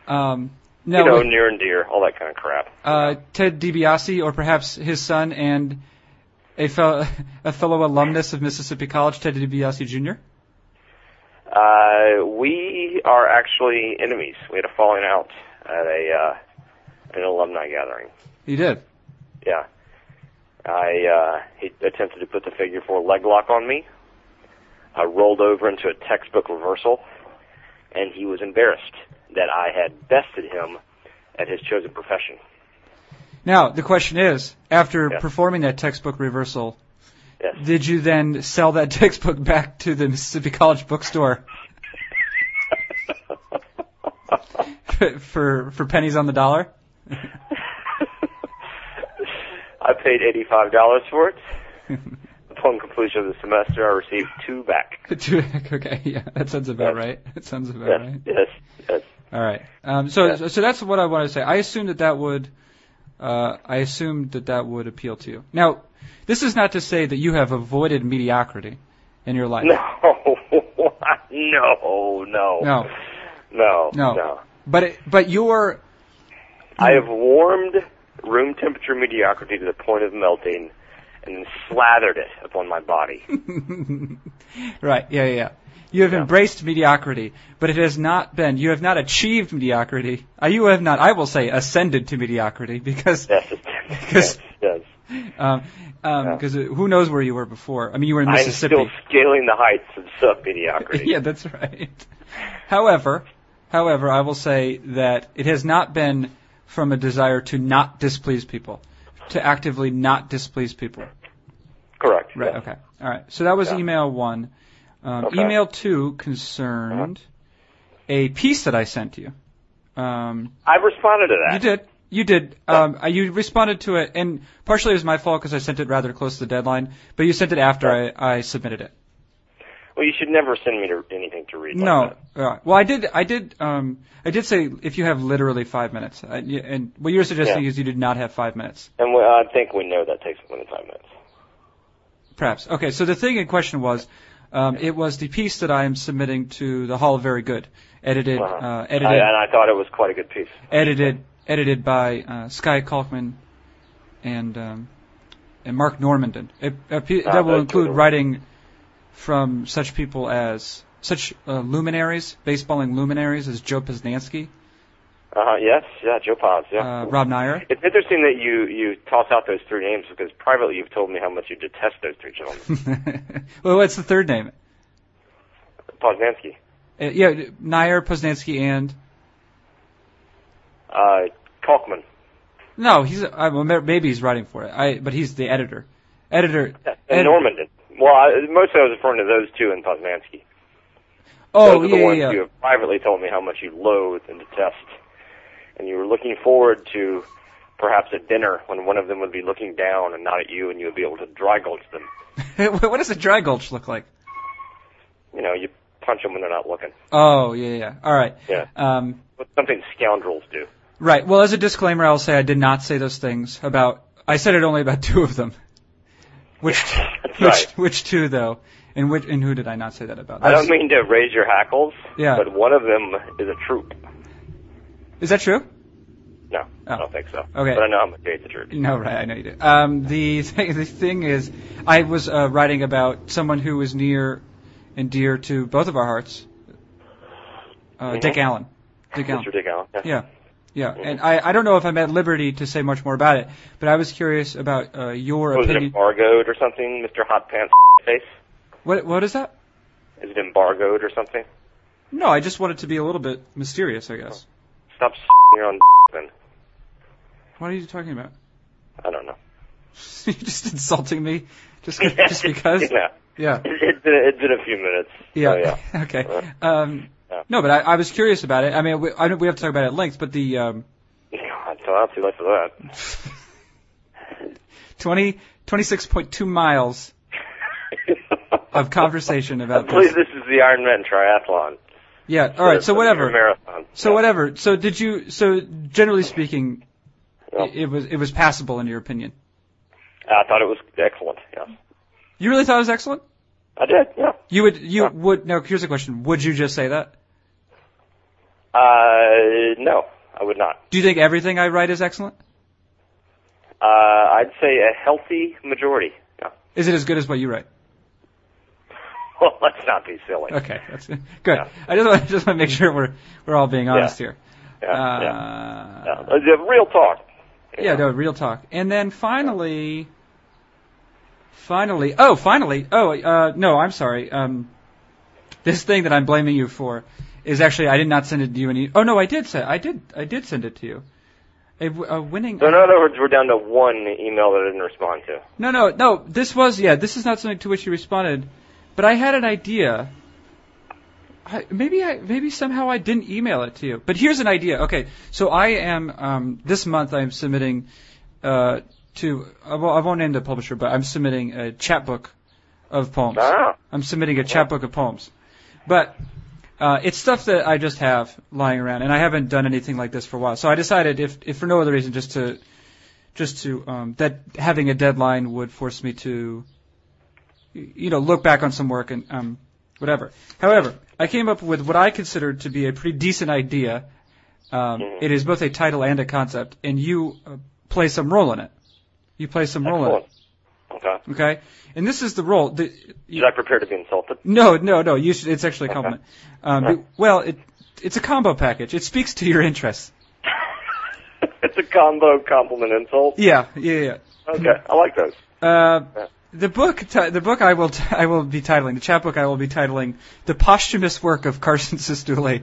Speaker 1: Um,
Speaker 2: you know,
Speaker 1: now,
Speaker 2: near and dear, all that kind of crap.
Speaker 1: uh, Ted DiBiase, or perhaps his son and a fellow, [LAUGHS] a fellow alumnus of Mississippi College, Ted DiBiase Jr.
Speaker 2: Uh, we are actually enemies. We had a falling out at a uh, an alumni gathering.
Speaker 1: You did.
Speaker 2: Yeah, I uh, he attempted to put the figure four leg lock on me. I rolled over into a textbook reversal, and he was embarrassed that I had bested him at his chosen profession.
Speaker 1: Now, the question is, after
Speaker 2: Yeah.
Speaker 1: performing that textbook reversal,
Speaker 2: Yes.
Speaker 1: [LAUGHS] did you then sell that [LAUGHS] textbook back to the Mississippi College bookstore [LAUGHS] for for, for pennies on the dollar? [LAUGHS]
Speaker 2: I paid eighty five dollars
Speaker 1: [LAUGHS]
Speaker 2: for it. Upon completion of the semester, I received two back.
Speaker 1: To- okay, yeah, that sounds about
Speaker 2: Yeah.
Speaker 1: right. That sounds about
Speaker 2: Yes,
Speaker 1: right.
Speaker 2: yes, yes.
Speaker 1: All right. Um, so
Speaker 2: Yeah.
Speaker 1: so that's what I want to say. I assumed that that would uh, I assumed that that would appeal to you. Now, this is not to say that you have avoided mediocrity in your life.
Speaker 2: [LAUGHS] No, no, no,
Speaker 1: No.
Speaker 2: no,
Speaker 1: No. But it, but your
Speaker 2: I have warmed room temperature mediocrity to the point of melting, and then slathered it upon my body.
Speaker 1: [LAUGHS] Right. Yeah. yeah, Yeah. You have
Speaker 2: Yeah.
Speaker 1: embraced mediocrity, but it has not been. You have not achieved mediocrity. Uh, you have not. I will say ascended to mediocrity [LAUGHS] because
Speaker 2: Yes, yes,
Speaker 1: Because-
Speaker 2: yes.
Speaker 1: um, um, because who knows where you were before? I mean, you were in
Speaker 2: I'm
Speaker 1: Mississippi.
Speaker 2: [LAUGHS] still scaling the heights of sub mediocrity.
Speaker 1: [LAUGHS] yeah, that's right. however, however, I will say that it has not been from a desire to not displease people, to actively not displease people.
Speaker 2: Correct.
Speaker 1: Right.
Speaker 2: yes.
Speaker 1: Okay. All right. So that was
Speaker 2: Yeah.
Speaker 1: email one. Um,
Speaker 2: Okay. Uh-huh.
Speaker 1: Email two concerned a piece that I sent you. Um,
Speaker 2: I've responded to that.
Speaker 1: you did. You did. Um, uh, you responded to it, and partially it was my fault because I sent it rather close to the deadline. But you sent it after I, I submitted it.
Speaker 2: Well, you should never send me to anything to read. like
Speaker 1: no.
Speaker 2: that.
Speaker 1: Uh, well, I did. I did. Um, I did say if you have literally five minutes, I, you- and what you were suggesting
Speaker 2: Yeah.
Speaker 1: is you did not have five minutes.
Speaker 2: And we, I think we know that takes more than five minutes.
Speaker 1: Perhaps. Okay, so the thing in question was, um, it was the piece that I am submitting to the Hall of Very Good, edited,
Speaker 2: Uh-huh.
Speaker 1: uh,
Speaker 2: I,
Speaker 1: edited,
Speaker 2: and I thought it was quite a good piece.
Speaker 1: edited, edited by uh, Sky Kalkman and um, and Mark Normandin. It, a pe-
Speaker 2: Ah,
Speaker 1: that will
Speaker 2: that's
Speaker 1: include
Speaker 2: good.
Speaker 1: writing from such people as such uh, luminaries, baseballing luminaries as Joe Posnanski,
Speaker 2: Uh, yes, yeah, Joe Paz, yeah.
Speaker 1: uh, Rob Nyer. [LAUGHS]
Speaker 2: It's interesting that you you toss out those three names because privately you've told me how much you detest those three gentlemen.
Speaker 1: well, what's the third name?
Speaker 2: Poznanski,
Speaker 1: Uh, yeah, Nyer, Posnanski, and
Speaker 2: uh, Kalkman.
Speaker 1: no, he's I, well, ma- maybe he's writing for it. I but he's the editor, editor.
Speaker 2: And
Speaker 1: Ed-
Speaker 2: Normandin. Well, I, mostly I was referring to those two and Poznanski.
Speaker 1: Oh
Speaker 2: those are
Speaker 1: yeah,
Speaker 2: the ones
Speaker 1: yeah,
Speaker 2: you
Speaker 1: yeah.
Speaker 2: have privately told me how much you loathe and detest. And you were looking forward to perhaps a dinner when one of them would be looking down and not at you and you would be able to dry gulch them.
Speaker 1: [LAUGHS] what does a dry gulch look like?
Speaker 2: You know, you punch them when they're not looking.
Speaker 1: Oh yeah, yeah. All right.
Speaker 2: Yeah.
Speaker 1: Um,
Speaker 2: But something scoundrels do.
Speaker 1: Right. Well, as a disclaimer, I'll say I did not say those things about. I said it only about two of them. Which,
Speaker 2: That's
Speaker 1: which,
Speaker 2: right.
Speaker 1: which two though? And which, and who did I not say that about?
Speaker 2: I don't
Speaker 1: That's-
Speaker 2: mean to raise your hackles,
Speaker 1: Yeah.
Speaker 2: but one of them is a troop.
Speaker 1: Is that true?
Speaker 2: No, I
Speaker 1: Oh.
Speaker 2: don't think so.
Speaker 1: Okay.
Speaker 2: But I know how much you hate the troop.
Speaker 1: No, right. I know you did. Um, the thing, the thing is, I was uh, writing about someone who was near and dear to both of our hearts. Uh,
Speaker 2: Mhm.
Speaker 1: Dick Allen. Dick Allen.
Speaker 2: Mr. Dick Allen. Yeah.
Speaker 1: Yeah, yeah, and I, I don't know if I'm at liberty to say much more about it, but I was curious about uh, your
Speaker 2: Was it
Speaker 1: opinion.
Speaker 2: embargoed or something, Mr. Hot Pants [LAUGHS] Face?
Speaker 1: What what is that?
Speaker 2: Is it embargoed or something?
Speaker 1: No, I just wanted to be a little bit mysterious, I guess.
Speaker 2: Oh. Stop [LAUGHS] your own then.
Speaker 1: What are you talking about? [LAUGHS]
Speaker 2: I don't know.
Speaker 1: You're just insulting me, just [LAUGHS] just
Speaker 2: Yeah,
Speaker 1: because?
Speaker 2: [LAUGHS] yeah.
Speaker 1: Yeah,
Speaker 2: It- It's been, it's been a few minutes.
Speaker 1: yeah,
Speaker 2: So, yeah.
Speaker 1: [LAUGHS]
Speaker 2: Uh-huh.
Speaker 1: okay. Um,
Speaker 2: Yeah.
Speaker 1: no, but I, I was curious about it. I mean, we, I don't, we have to talk about it at length, but the um,
Speaker 2: God, so not too late for that.
Speaker 1: [LAUGHS] 20, 26.2 miles of conversation
Speaker 2: I [LAUGHS]
Speaker 1: about
Speaker 2: believe
Speaker 1: this.
Speaker 2: this is the Ironman triathlon.
Speaker 1: Yeah. All right. So
Speaker 2: Or
Speaker 1: whatever.
Speaker 2: Marathon.
Speaker 1: So
Speaker 2: Yeah.
Speaker 1: whatever. So did you? So generally speaking,
Speaker 2: Yeah.
Speaker 1: it, it was it was passable in your opinion.
Speaker 2: I thought it was excellent. Yeah.
Speaker 1: You really thought it was excellent.
Speaker 2: I did. Yeah.
Speaker 1: You would you
Speaker 2: Yeah.
Speaker 1: would no. Here's a question. Would you just say that?
Speaker 2: Uh, no, I would not.
Speaker 1: Do you think everything I write is excellent?
Speaker 2: Uh, I'd say a healthy majority. [LAUGHS] Yeah.
Speaker 1: Is it as good as what you write?
Speaker 2: Well, let's not be
Speaker 1: [LAUGHS]
Speaker 2: silly.
Speaker 1: Okay, that's good. Good.
Speaker 2: Yeah.
Speaker 1: I just want, [LAUGHS] just want to make sure we're we're all being honest here.
Speaker 2: Yeah,
Speaker 1: uh,
Speaker 2: yeah, yeah. Uh, the Real talk.
Speaker 1: yeah, no, real talk. And then finally, finally, oh, finally, oh, uh, no, I'm sorry. Um, this thing that I'm blaming you for is actually I did not send it to you. Any? Oh no, I did say I did I did send it to you. A, w- a winning.
Speaker 2: So in other words, we're down to one email that I didn't respond to.
Speaker 1: No, no, no. This was yeah. This is not something to which you responded, but I had an idea. I, maybe I maybe somehow I didn't email it to you. But here's an idea. Okay, so I am um, this month I am submitting uh, to I won't, I won't name the publisher, but I'm submitting a chapbook of poems.
Speaker 2: Ah.
Speaker 1: I'm submitting a chapbook of poems, but uh, it's stuff that I just have lying around, and I haven't done anything like this for a while. So I decided, if, if for no other reason, just to just to um, that having a deadline would force me to y- you know look back on some work and um, whatever. However, I came up with what I considered to be a pretty decent idea. Um, it is both a title and a concept, and you uh, play some role in it. You play some role in it.
Speaker 2: Excellent. Okay.
Speaker 1: Okay, and this is the role. The,
Speaker 2: Should I prepare to be insulted? [LAUGHS]
Speaker 1: no, no, no. You should, it's actually a compliment. Um, but- well, it, it's a combo package. It speaks to your interests.
Speaker 2: it's a combo compliment insult.
Speaker 1: Yeah, yeah,
Speaker 2: Okay, I like those. [LAUGHS]
Speaker 1: yeah. Uh, the book, ti- the book I will, [LAUGHS] t- I will be titling the chapbook. I will be titling the posthumous work of Carson Sestouli.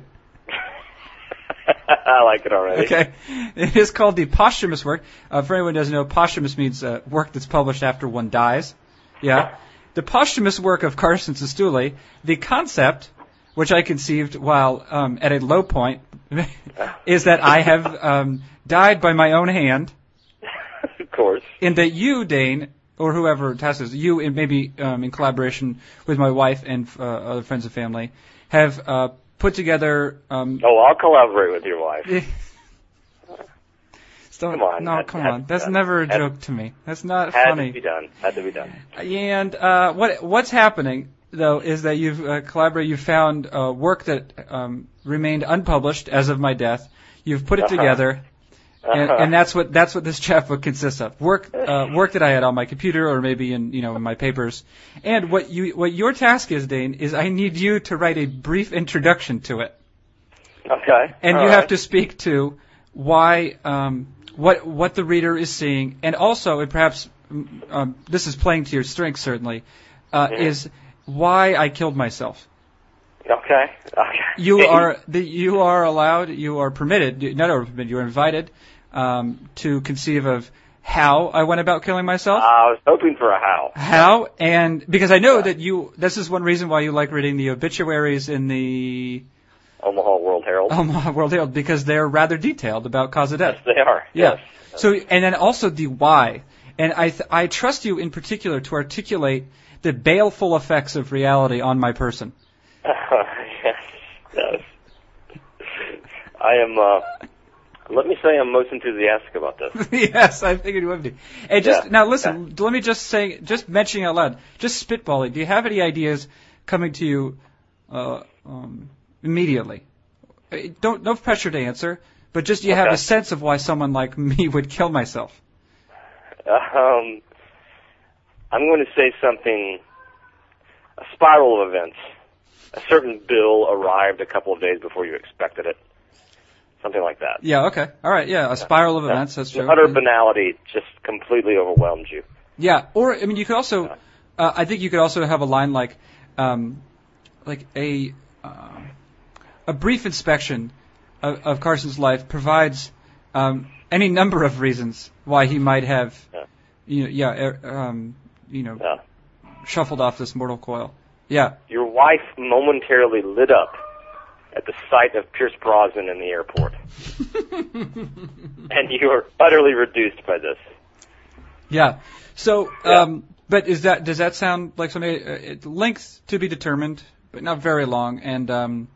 Speaker 2: I like it
Speaker 1: [LAUGHS]
Speaker 2: already.
Speaker 1: Okay, it is called the posthumous work. Uh, for anyone who doesn't know, posthumous means uh, work that's published after one dies. Yeah, the posthumous work of Carson Sestouli. The concept, which I conceived while um, at a low point, [LAUGHS] is that I have um, died by my own hand,
Speaker 2: [LAUGHS] of course.
Speaker 1: and that you, Dane, or whoever tasked us, you, and maybe um, in collaboration with my wife and uh, other friends and family, have uh, put together um,
Speaker 2: Oh, I'll collaborate with your wife.
Speaker 1: Eh. Stop-
Speaker 2: Come on,
Speaker 1: No,
Speaker 2: that-
Speaker 1: come
Speaker 2: that-
Speaker 1: on. That's
Speaker 2: that-
Speaker 1: never a
Speaker 2: that-
Speaker 1: joke to me. That's not
Speaker 2: Had to be
Speaker 1: funny.
Speaker 2: done. Had to be done.
Speaker 1: And uh, what what's happening though is that you've uh, collaborated. You found uh, work that um, remained unpublished as of my death. You've put it
Speaker 2: Uh-huh.
Speaker 1: together. and, and that's what that's what this [LAUGHS] chapbook consists of work uh, work that I had on my computer or maybe in you know in my papers. And what you what your task is, Dane, is I need you to write a brief introduction to it,
Speaker 2: [LAUGHS] Okay.
Speaker 1: and
Speaker 2: all
Speaker 1: you
Speaker 2: right.
Speaker 1: have to speak to why um, what what the reader is seeing, and also and perhaps mm, um, this is playing to your strengths certainly uh,
Speaker 2: Mhm.
Speaker 1: is why I killed myself.
Speaker 2: Okay. Okay. [LAUGHS]
Speaker 1: You are the, you are allowed, you are permitted, not over permitted, you are invited um, to conceive of how I went about killing myself.
Speaker 2: I was hoping for a how.
Speaker 1: how and because I know that you, this is one reason why you like reading the obituaries in the [LAUGHS]
Speaker 2: Omaha World Herald.
Speaker 1: Omaha World Herald because they're rather detailed about cause of death.
Speaker 2: Yes, they are.
Speaker 1: Yeah.
Speaker 2: Yes.
Speaker 1: So and then also the why, and I th- I trust you in particular to articulate the baleful effects of reality on my person. [LAUGHS]
Speaker 2: yes. [LAUGHS] Yes. I am. Uh, let me say, I'm most enthusiastic about this.
Speaker 1: [LAUGHS] yes, I figured you would be. And just
Speaker 2: Yeah.
Speaker 1: now, listen. Let me just say, just mentioning out loud, just spitballing. Do you have any ideas coming to you uh, um, immediately? Uh, Don't no pressure to answer, but just do you have
Speaker 2: Okay.
Speaker 1: a sense of why someone like me [LAUGHS] would kill myself.
Speaker 2: Um, I'm going to say something, a spiral of events. A certain bill arrived a couple of days before you expected it. Something like that.
Speaker 1: Yeah. Okay. All right. Yeah. A spiral of
Speaker 2: Yeah.
Speaker 1: events. That's true.
Speaker 2: Utter banality just completely overwhelmed you.
Speaker 1: Yeah, or I mean, you could also,
Speaker 2: Yeah.
Speaker 1: uh, I think you could also have a line like, um, like a um a brief inspection of, of Carson's life provides um, any number of reasons why he might have,
Speaker 2: Yeah.
Speaker 1: you know, yeah, er, um, you know,
Speaker 2: Yeah.
Speaker 1: shuffled off this mortal coil. Yeah,
Speaker 2: Your wife momentarily lit up at the sight of Pierce Brosnan in the airport,
Speaker 1: [LAUGHS]
Speaker 2: and you are utterly reduced by this.
Speaker 1: yeah. So,
Speaker 2: Yeah.
Speaker 1: um, but is that does that sound like something? Uh, it, length to be determined, but not very long, and. Um,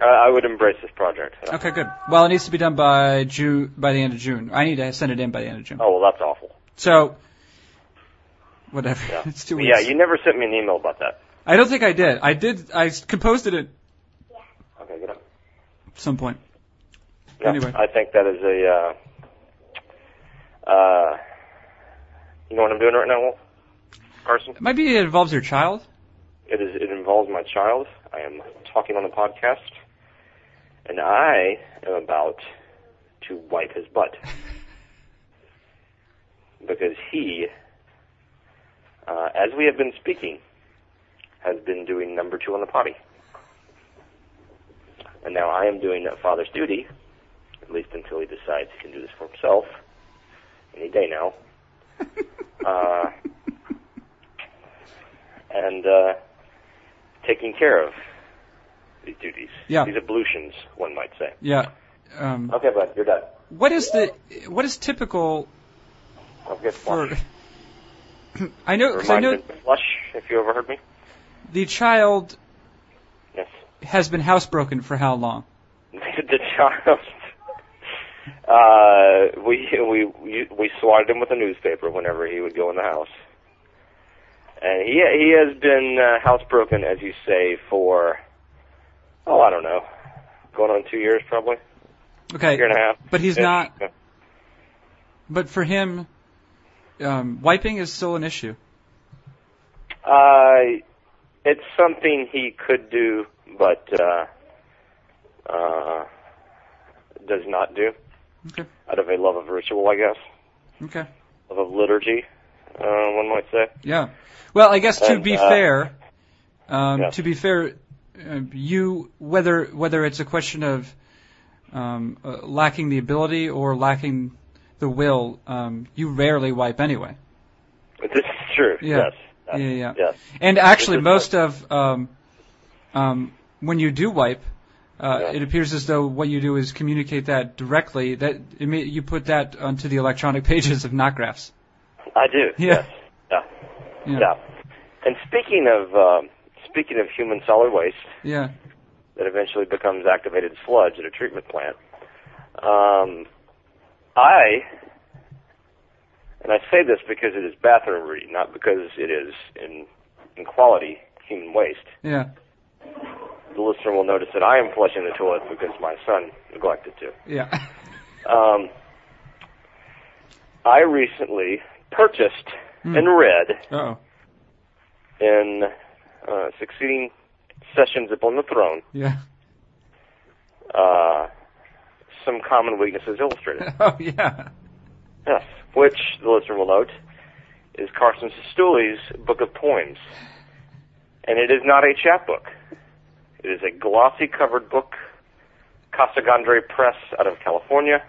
Speaker 2: I, I would embrace this project. Yeah.
Speaker 1: Okay, good. Well, it needs to be done by June, by the end of June. I need to send it in by the end of June.
Speaker 2: Oh well, that's awful.
Speaker 1: So, whatever.
Speaker 2: Yeah.
Speaker 1: [LAUGHS] it's two
Speaker 2: yeah,
Speaker 1: weeks.
Speaker 2: you never sent me an email about that.
Speaker 1: I don't think I did. I did. I s- composed it at
Speaker 2: Okay, good.
Speaker 1: some point.
Speaker 2: Yeah,
Speaker 1: Anyway.
Speaker 2: I think that is a. Uh, uh, you know what I'm doing right now, Will? Carson?
Speaker 1: It might be it involves your child.
Speaker 2: It is. It involves my child. I am talking on the podcast, and I am about to wipe his butt because he, uh, as we have been speaking, has been doing number two on the potty, and now I am doing that father's duty, at least until he decides he can do this for himself any day now. Uh, and uh, taking care of these duties.
Speaker 1: Yeah.
Speaker 2: These ablutions, one might say.
Speaker 1: Yeah. Um,
Speaker 2: Okay, bud, you're done.
Speaker 1: what is the what is typical
Speaker 2: Don't forget to
Speaker 1: for? [LAUGHS]
Speaker 2: flush.
Speaker 1: I know because I
Speaker 2: Remind
Speaker 1: know
Speaker 2: him to flush, if you overheard me.
Speaker 1: the child
Speaker 2: Yes. [LAUGHS]
Speaker 1: has been housebroken for how long?
Speaker 2: the child. Uh, we we we- we swatted him with a newspaper whenever he would go in the house, and he he has been uh, housebroken, as you say, for oh I don't know, going on two years probably,
Speaker 1: Okay.
Speaker 2: year and a half.
Speaker 1: But he's
Speaker 2: Yeah.
Speaker 1: not. But for him, um, wiping is still an issue.
Speaker 2: Uh, it's something he could do, but uh, uh, does not do
Speaker 1: Okay.
Speaker 2: out of a love of ritual, I guess,
Speaker 1: Okay.
Speaker 2: love of liturgy, uh, one might say.
Speaker 1: Yeah. Well, I guess to
Speaker 2: And,
Speaker 1: be
Speaker 2: uh,
Speaker 1: fair, um,
Speaker 2: yeah.
Speaker 1: to be fair, uh, you whether whether it's a question of um, uh, lacking the ability or lacking the will, um, you rarely wipe anyway.
Speaker 2: This is true.
Speaker 1: Yeah.
Speaker 2: Yes. Yes.
Speaker 1: Yeah, yeah.
Speaker 2: Yes.
Speaker 1: And actually,
Speaker 2: is
Speaker 1: most of um, um, when you do wipe. Uh,
Speaker 2: Yeah.
Speaker 1: It appears as though what you do is communicate that directly. That it may, you put that onto the electronic [LAUGHS] pages of not graphs.
Speaker 2: I do.
Speaker 1: Yeah.
Speaker 2: Yes. Yeah.
Speaker 1: Yeah.
Speaker 2: Yeah. And speaking of um, speaking of human solid waste
Speaker 1: Yeah.
Speaker 2: that eventually becomes activated sludge at a treatment plant, um, I and I say this because it is bathroomry, not because it is in in quality human waste.
Speaker 1: Yeah.
Speaker 2: The listener will notice that I am flushing the toilet because my son neglected to.
Speaker 1: Yeah.
Speaker 2: Um, I recently purchased
Speaker 1: Hmm.
Speaker 2: and read
Speaker 1: Oh,
Speaker 2: in uh, succeeding sessions upon the throne
Speaker 1: yeah. [LAUGHS]
Speaker 2: uh, some common weaknesses illustrated.
Speaker 1: Oh, yeah.
Speaker 2: Yes, which the listener will note is Carson Sestooli's book of poems, and it is not a chapbook. It is a glossy covered book, Casa Grande Press out of California,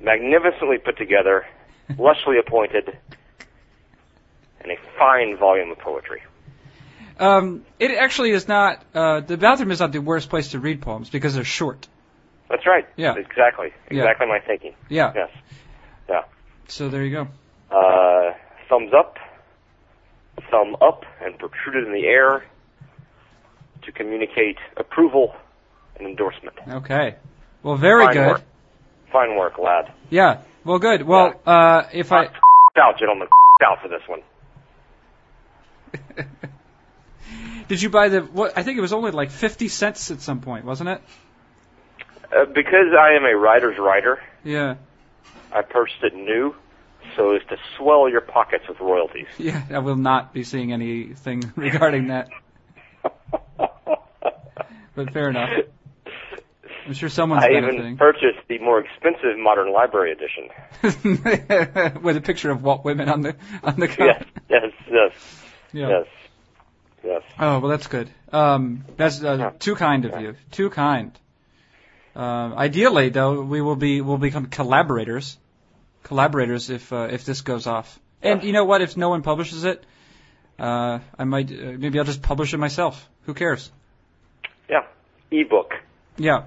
Speaker 2: magnificently put
Speaker 1: [LAUGHS]
Speaker 2: together, lushly appointed, and a fine volume of poetry.
Speaker 1: Um, it actually is not. Uh, the bathroom is not the worst place to read poems because they're short.
Speaker 2: That's right.
Speaker 1: Yeah.
Speaker 2: Exactly.
Speaker 1: Yeah.
Speaker 2: Exactly my thinking.
Speaker 1: Yeah.
Speaker 2: Yes.
Speaker 1: So there you go.
Speaker 2: Uh, thumbs up, thumb up, and protruded in the air to communicate approval and endorsement.
Speaker 1: Okay. Well, very
Speaker 2: Fine
Speaker 1: good.
Speaker 2: work. Fine work, lad.
Speaker 1: Yeah. Well, good. Well, uh, if I.
Speaker 2: out, gentlemen. out for this one.
Speaker 1: [LAUGHS] Did you buy the? What I think it was only like fifty cents at some point, wasn't it?
Speaker 2: Uh, because I am a writer's writer,
Speaker 1: Yeah.
Speaker 2: I purchased it new so as to swell your pockets with royalties.
Speaker 1: Yeah. I will not be seeing anything [LAUGHS] regarding that. But [LAUGHS] fair enough. I'm sure someone's
Speaker 2: I even
Speaker 1: benefiting.
Speaker 2: purchased the more expensive Modern Library edition.
Speaker 1: [LAUGHS] With a picture of what women on the on the cover.
Speaker 2: Yes, yes, yes,
Speaker 1: Yeah.
Speaker 2: yes, yes.
Speaker 1: Oh well, that's good. Um, that's uh,
Speaker 2: Yeah.
Speaker 1: too kind of
Speaker 2: Yeah.
Speaker 1: you. Too kind. Um, ideally, though, we will be will become collaborators. Collaborators, if uh, if this goes off, and you know what? If no one publishes it, uh, I might uh, maybe I'll just publish it myself. Who cares?
Speaker 2: Yeah. Ebook.
Speaker 1: Yeah.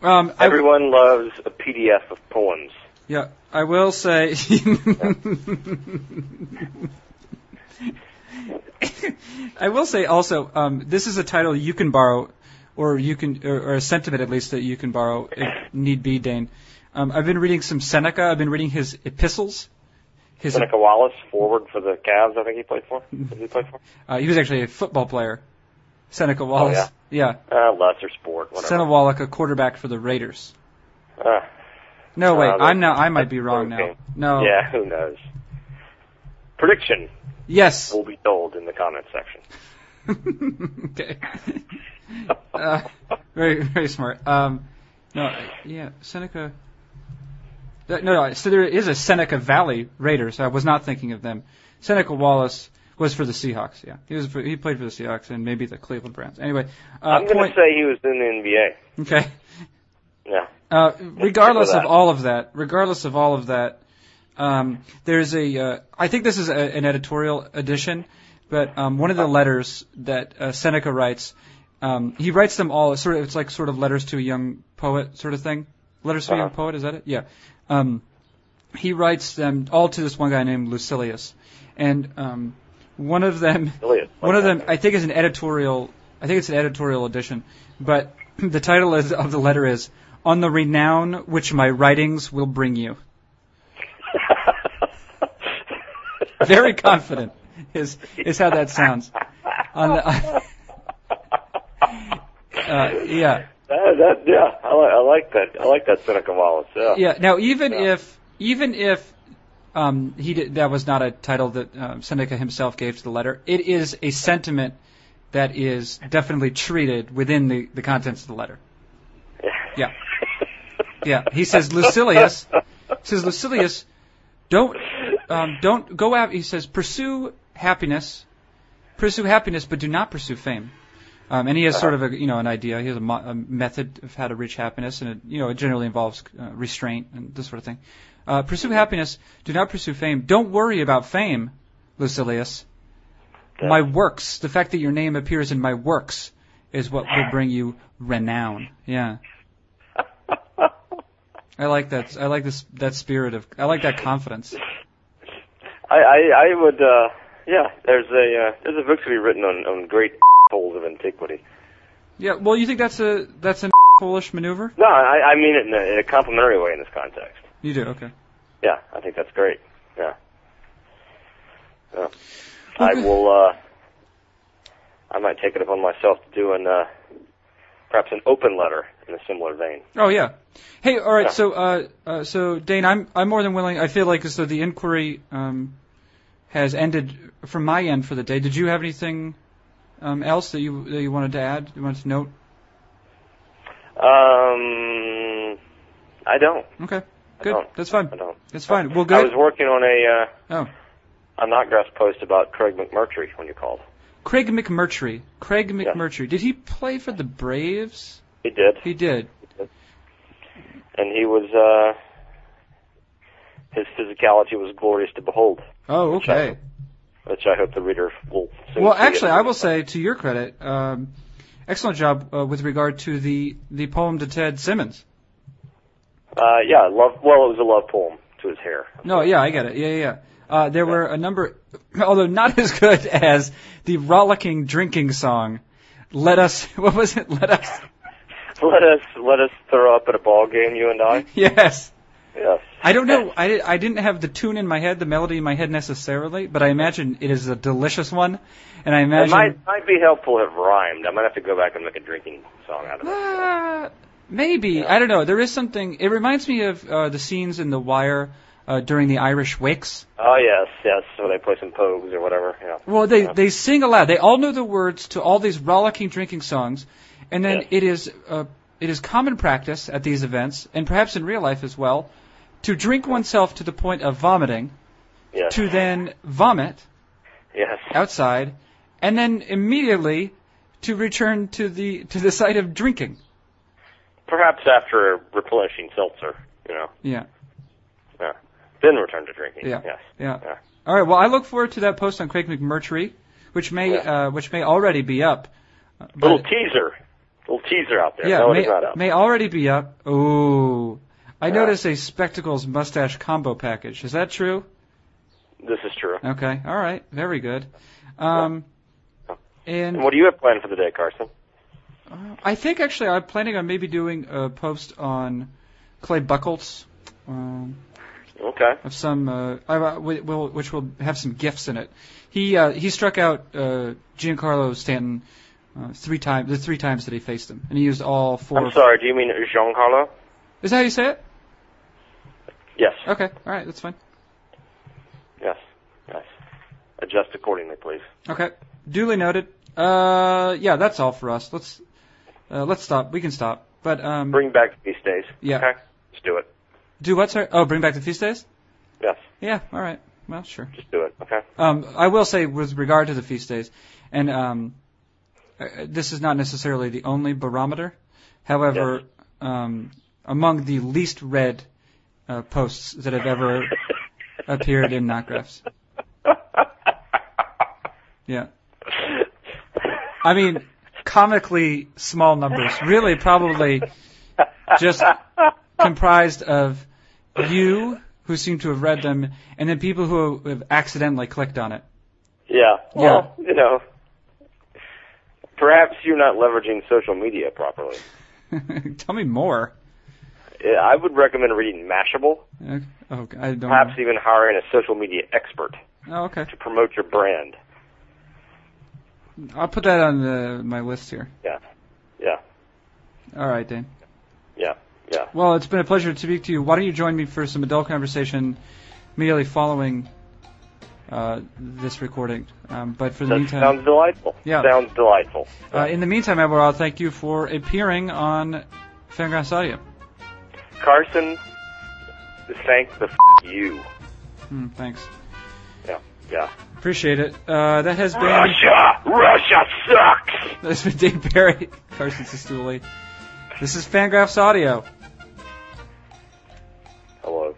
Speaker 1: Um, I, w-
Speaker 2: Everyone loves a PDF of poems.
Speaker 1: yeah, I will say. [LAUGHS] I will say also, um, this is a title you can borrow, or you can, or, or a sentiment at least that you can borrow if need be, Dane. Um, I've been reading some Seneca. I've been reading his epistles. His
Speaker 2: Seneca Wallace, forward for the Cavs, I think he played for. Did he play for?
Speaker 1: uh, he was actually a football player. Seneca
Speaker 2: Oh,
Speaker 1: Wallace. yeah.
Speaker 2: Uh, lesser sport, whatever.
Speaker 1: Seneca Wallace, a quarterback for the Raiders.
Speaker 2: uh,
Speaker 1: No, wait,
Speaker 2: Uh, that-
Speaker 1: I'm now. I might be
Speaker 2: that's
Speaker 1: wrong
Speaker 2: okay.
Speaker 1: now. Oh. No.
Speaker 2: Yeah, who knows? Prediction
Speaker 1: Yes.
Speaker 2: will be told in the comment section.
Speaker 1: okay. [LAUGHS] Uh, very very smart. Um, no, I- yeah, Seneca. That- No, no. So there is a Seneca Valley Raiders. I was not thinking of them. Seneca Wallace was for the Seahawks. Yeah, he was. For, he played for the Seahawks and maybe the Cleveland Browns. Anyway, uh,
Speaker 2: [LAUGHS] I'm going
Speaker 1: point.
Speaker 2: to say he was in the NBA.
Speaker 1: okay.
Speaker 2: Yeah.
Speaker 1: Uh, regardless
Speaker 2: that.
Speaker 1: of all of that, regardless of all of that, um, there's a. Uh, I think this is a, an editorial edition, but um, one of the letters that uh, Seneca writes, um, he writes them all. Sort of, it's like sort of letters to a young poet, sort of thing. Letters to a young
Speaker 2: Uh-huh.
Speaker 1: poet, is that it? Yeah. Um, he writes them all to this one guy named Lucilius, and um, one of them
Speaker 2: Elliot.
Speaker 1: one of
Speaker 2: [LAUGHS]
Speaker 1: them, I think, is an editorial. I think it's an editorial edition, but [CLEARS THROAT] the title is, of the letter is "On the Renown Which My Writings Will Bring You." [LAUGHS] Very confident is is how that sounds. On the, uh, yeah,
Speaker 2: Uh, that, yeah, I, li- I like that. I like that Seneca Wallace. Yeah.
Speaker 1: yeah. Now, even
Speaker 2: Yeah.
Speaker 1: if even if um, he did, that was not a title that um, Seneca himself gave to the letter, it is a sentiment that is definitely treated within the, the contents of the letter. Yeah. Yeah, he says Lucilius says Lucilius, don't um, don't go out. He says pursue happiness, pursue happiness, but do not pursue fame. Um, and he has sort of a you know an idea. He has a, mo- a method of how to reach happiness, and it, you know it generally involves uh, restraint and this sort of thing. Uh, pursue happiness, do not pursue fame. Don't worry about fame, Lucilius. My works, the fact that your name appears in my works, is what will bring you renown. Yeah. I like that. I like this that spirit of. I like that confidence.
Speaker 2: [LAUGHS] I, I, I would. Uh, yeah. There's a uh, there's a book to be written on on great [LAUGHS] holes of antiquity.
Speaker 1: Yeah. Well, you think that's a that's an [LAUGHS] Polish maneuver?
Speaker 2: No, I, I mean it in a, in a complimentary way in this context.
Speaker 1: You do. Okay.
Speaker 2: Yeah, I think that's great. Yeah. yeah. I
Speaker 1: Okay.
Speaker 2: will. uh I might take it upon myself to do an uh, perhaps an open letter in a similar vein.
Speaker 1: Oh yeah. Hey, all right.
Speaker 2: Yeah.
Speaker 1: So, uh, uh, so Dane, I'm I'm more than willing. I feel like as though the inquiry um, has ended from my end for the day. Did you have anything um, else that you that you wanted to add? You wanted to note?
Speaker 2: Um, I don't.
Speaker 1: Okay.
Speaker 2: I
Speaker 1: Good.
Speaker 2: don't.
Speaker 1: That's fine.
Speaker 2: I don't.
Speaker 1: That's fine. Well,
Speaker 2: I
Speaker 1: good.
Speaker 2: was working on a uh,
Speaker 1: Oh,
Speaker 2: a knockgrass post about Craig McMurtry when you called.
Speaker 1: Craig McMurtry. Craig McMurtry. Did he play for the Braves?
Speaker 2: He did,
Speaker 1: He did.
Speaker 2: and he was uh, his physicality was glorious to behold,
Speaker 1: Oh, okay.
Speaker 2: which I hope the reader will. Soon
Speaker 1: Well,
Speaker 2: see
Speaker 1: actually,
Speaker 2: it.
Speaker 1: I will say to your credit, um, excellent job uh, with regard to the the poem to Ted Simmons.
Speaker 2: Uh, yeah, love. Well, it was a love poem to his hair. [LAUGHS]
Speaker 1: No, yeah, I get it. Yeah, yeah. yeah. Uh, there were a number, [COUGHS] although not as good as the rollicking drinking song. Let us, [LAUGHS] what was it? Let us, [LAUGHS]
Speaker 2: Let us let us throw up at a ball game, you and I.
Speaker 1: yes.
Speaker 2: Yes.
Speaker 1: I don't know. I, di- I didn't have the tune in my head, the melody in my head necessarily, but I imagine it is a delicious one, and I
Speaker 2: It
Speaker 1: imagine.
Speaker 2: might might be helpful if rhymed. I might have to go back and make a drinking song out of it.
Speaker 1: Uh, maybe I don't know. There is something. It reminds me of uh, the scenes in The Wire uh, during the Irish Wakes.
Speaker 2: Oh yes, yes. So they play some pogues or whatever. Yeah.
Speaker 1: Well, they they sing aloud. They all know the words to all these rollicking drinking songs, and then
Speaker 2: Yeah.
Speaker 1: it is uh, it is common practice at these events, and perhaps in real life as well, to drink oneself to the point of vomiting,
Speaker 2: Yes.
Speaker 1: to then vomit
Speaker 2: Yes.
Speaker 1: outside, and then immediately to return to the to the site of drinking.
Speaker 2: Perhaps after replenishing seltzer, you know,
Speaker 1: Yeah,
Speaker 2: then return to drinking.
Speaker 1: Yeah.
Speaker 2: Yes.
Speaker 1: yeah.
Speaker 2: Yeah.
Speaker 1: All right. Well, I look forward to that post on Craig McMurtry, which may uh, which may already be up. uh, but-
Speaker 2: Little teaser. Little teaser out there.
Speaker 1: Yeah,
Speaker 2: no,
Speaker 1: may,
Speaker 2: it's not up.
Speaker 1: may already be up. Ooh. I
Speaker 2: Yeah.
Speaker 1: noticed a spectacles mustache combo package. Is that true?
Speaker 2: This is true.
Speaker 1: Okay. All right. Very good. Um,
Speaker 2: And
Speaker 1: and
Speaker 2: what do you have planned for the day, Carson?
Speaker 1: uh, I think actually I'm planning on maybe doing a post on Clay Buckles. Um,
Speaker 2: Okay.
Speaker 1: of some uh, I- I- wi- will- which will have some gifts in it. He uh, he struck out uh, Giancarlo Stanton uh, three times the three times that he faced him, and he used all four.
Speaker 2: I'm sorry. Do you mean Giancarlo?
Speaker 1: Is that how you say it?
Speaker 2: Yes.
Speaker 1: Okay, all right, that's fine.
Speaker 2: Yes. Yes. Adjust accordingly, please.
Speaker 1: Okay, duly noted. Uh, yeah, that's all for us. Let's uh, let's stop. We can stop. But um,
Speaker 2: Bring back these days.
Speaker 1: Yeah.
Speaker 2: Okay. Just do it.
Speaker 1: do what? Sorry. Oh, bring back the feast days.
Speaker 2: Yes.
Speaker 1: Yeah. All right. Well, sure.
Speaker 2: Just do it. Okay.
Speaker 1: Um, I will say, with regard to the feast days, and um, uh, this is not necessarily the only barometer. However, um, among the least read uh, posts that have
Speaker 2: [LAUGHS]
Speaker 1: ever appeared in Knockgraphs. Yeah. I mean, comically small numbers, really probably just comprised of you who seem to have read them and then people who have accidentally clicked on it. [LAUGHS]
Speaker 2: Yeah. Well, you know, perhaps you're not leveraging social media properly.
Speaker 1: Tell me more.
Speaker 2: Yeah, I would recommend reading Mashable,
Speaker 1: Okay. Oh, I don't.
Speaker 2: perhaps even hiring a social media expert
Speaker 1: know. Oh, okay.
Speaker 2: to promote your brand.
Speaker 1: I'll put that on the, my list here.
Speaker 2: Yeah. Yeah.
Speaker 1: All right, Dan.
Speaker 2: Yeah. Yeah.
Speaker 1: Well, it's been a pleasure to speak to you. Why don't you join me for some adult conversation immediately following uh, this recording? Um, but for the
Speaker 2: That
Speaker 1: meantime,
Speaker 2: sounds delightful.
Speaker 1: Yeah.
Speaker 2: Sounds delightful.
Speaker 1: uh, in the meantime, Edward, I'll thank you for appearing on Fangraphs Audio.
Speaker 2: Carson, thank the f- you.
Speaker 1: Hmm, thanks.
Speaker 2: Yeah. Yeah.
Speaker 1: Appreciate it. Uh, that has
Speaker 2: Oh,
Speaker 1: been [LAUGHS]
Speaker 2: Russia! Russia sucks!
Speaker 1: that's been Dave Barry, Carson Sestouli. This is Fangraphs Audio.
Speaker 2: Hello.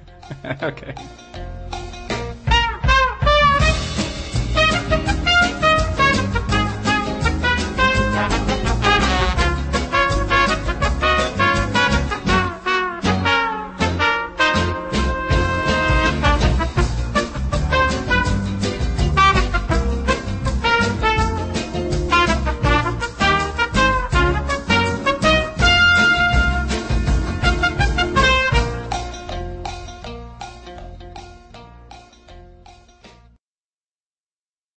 Speaker 1: [LAUGHS] okay.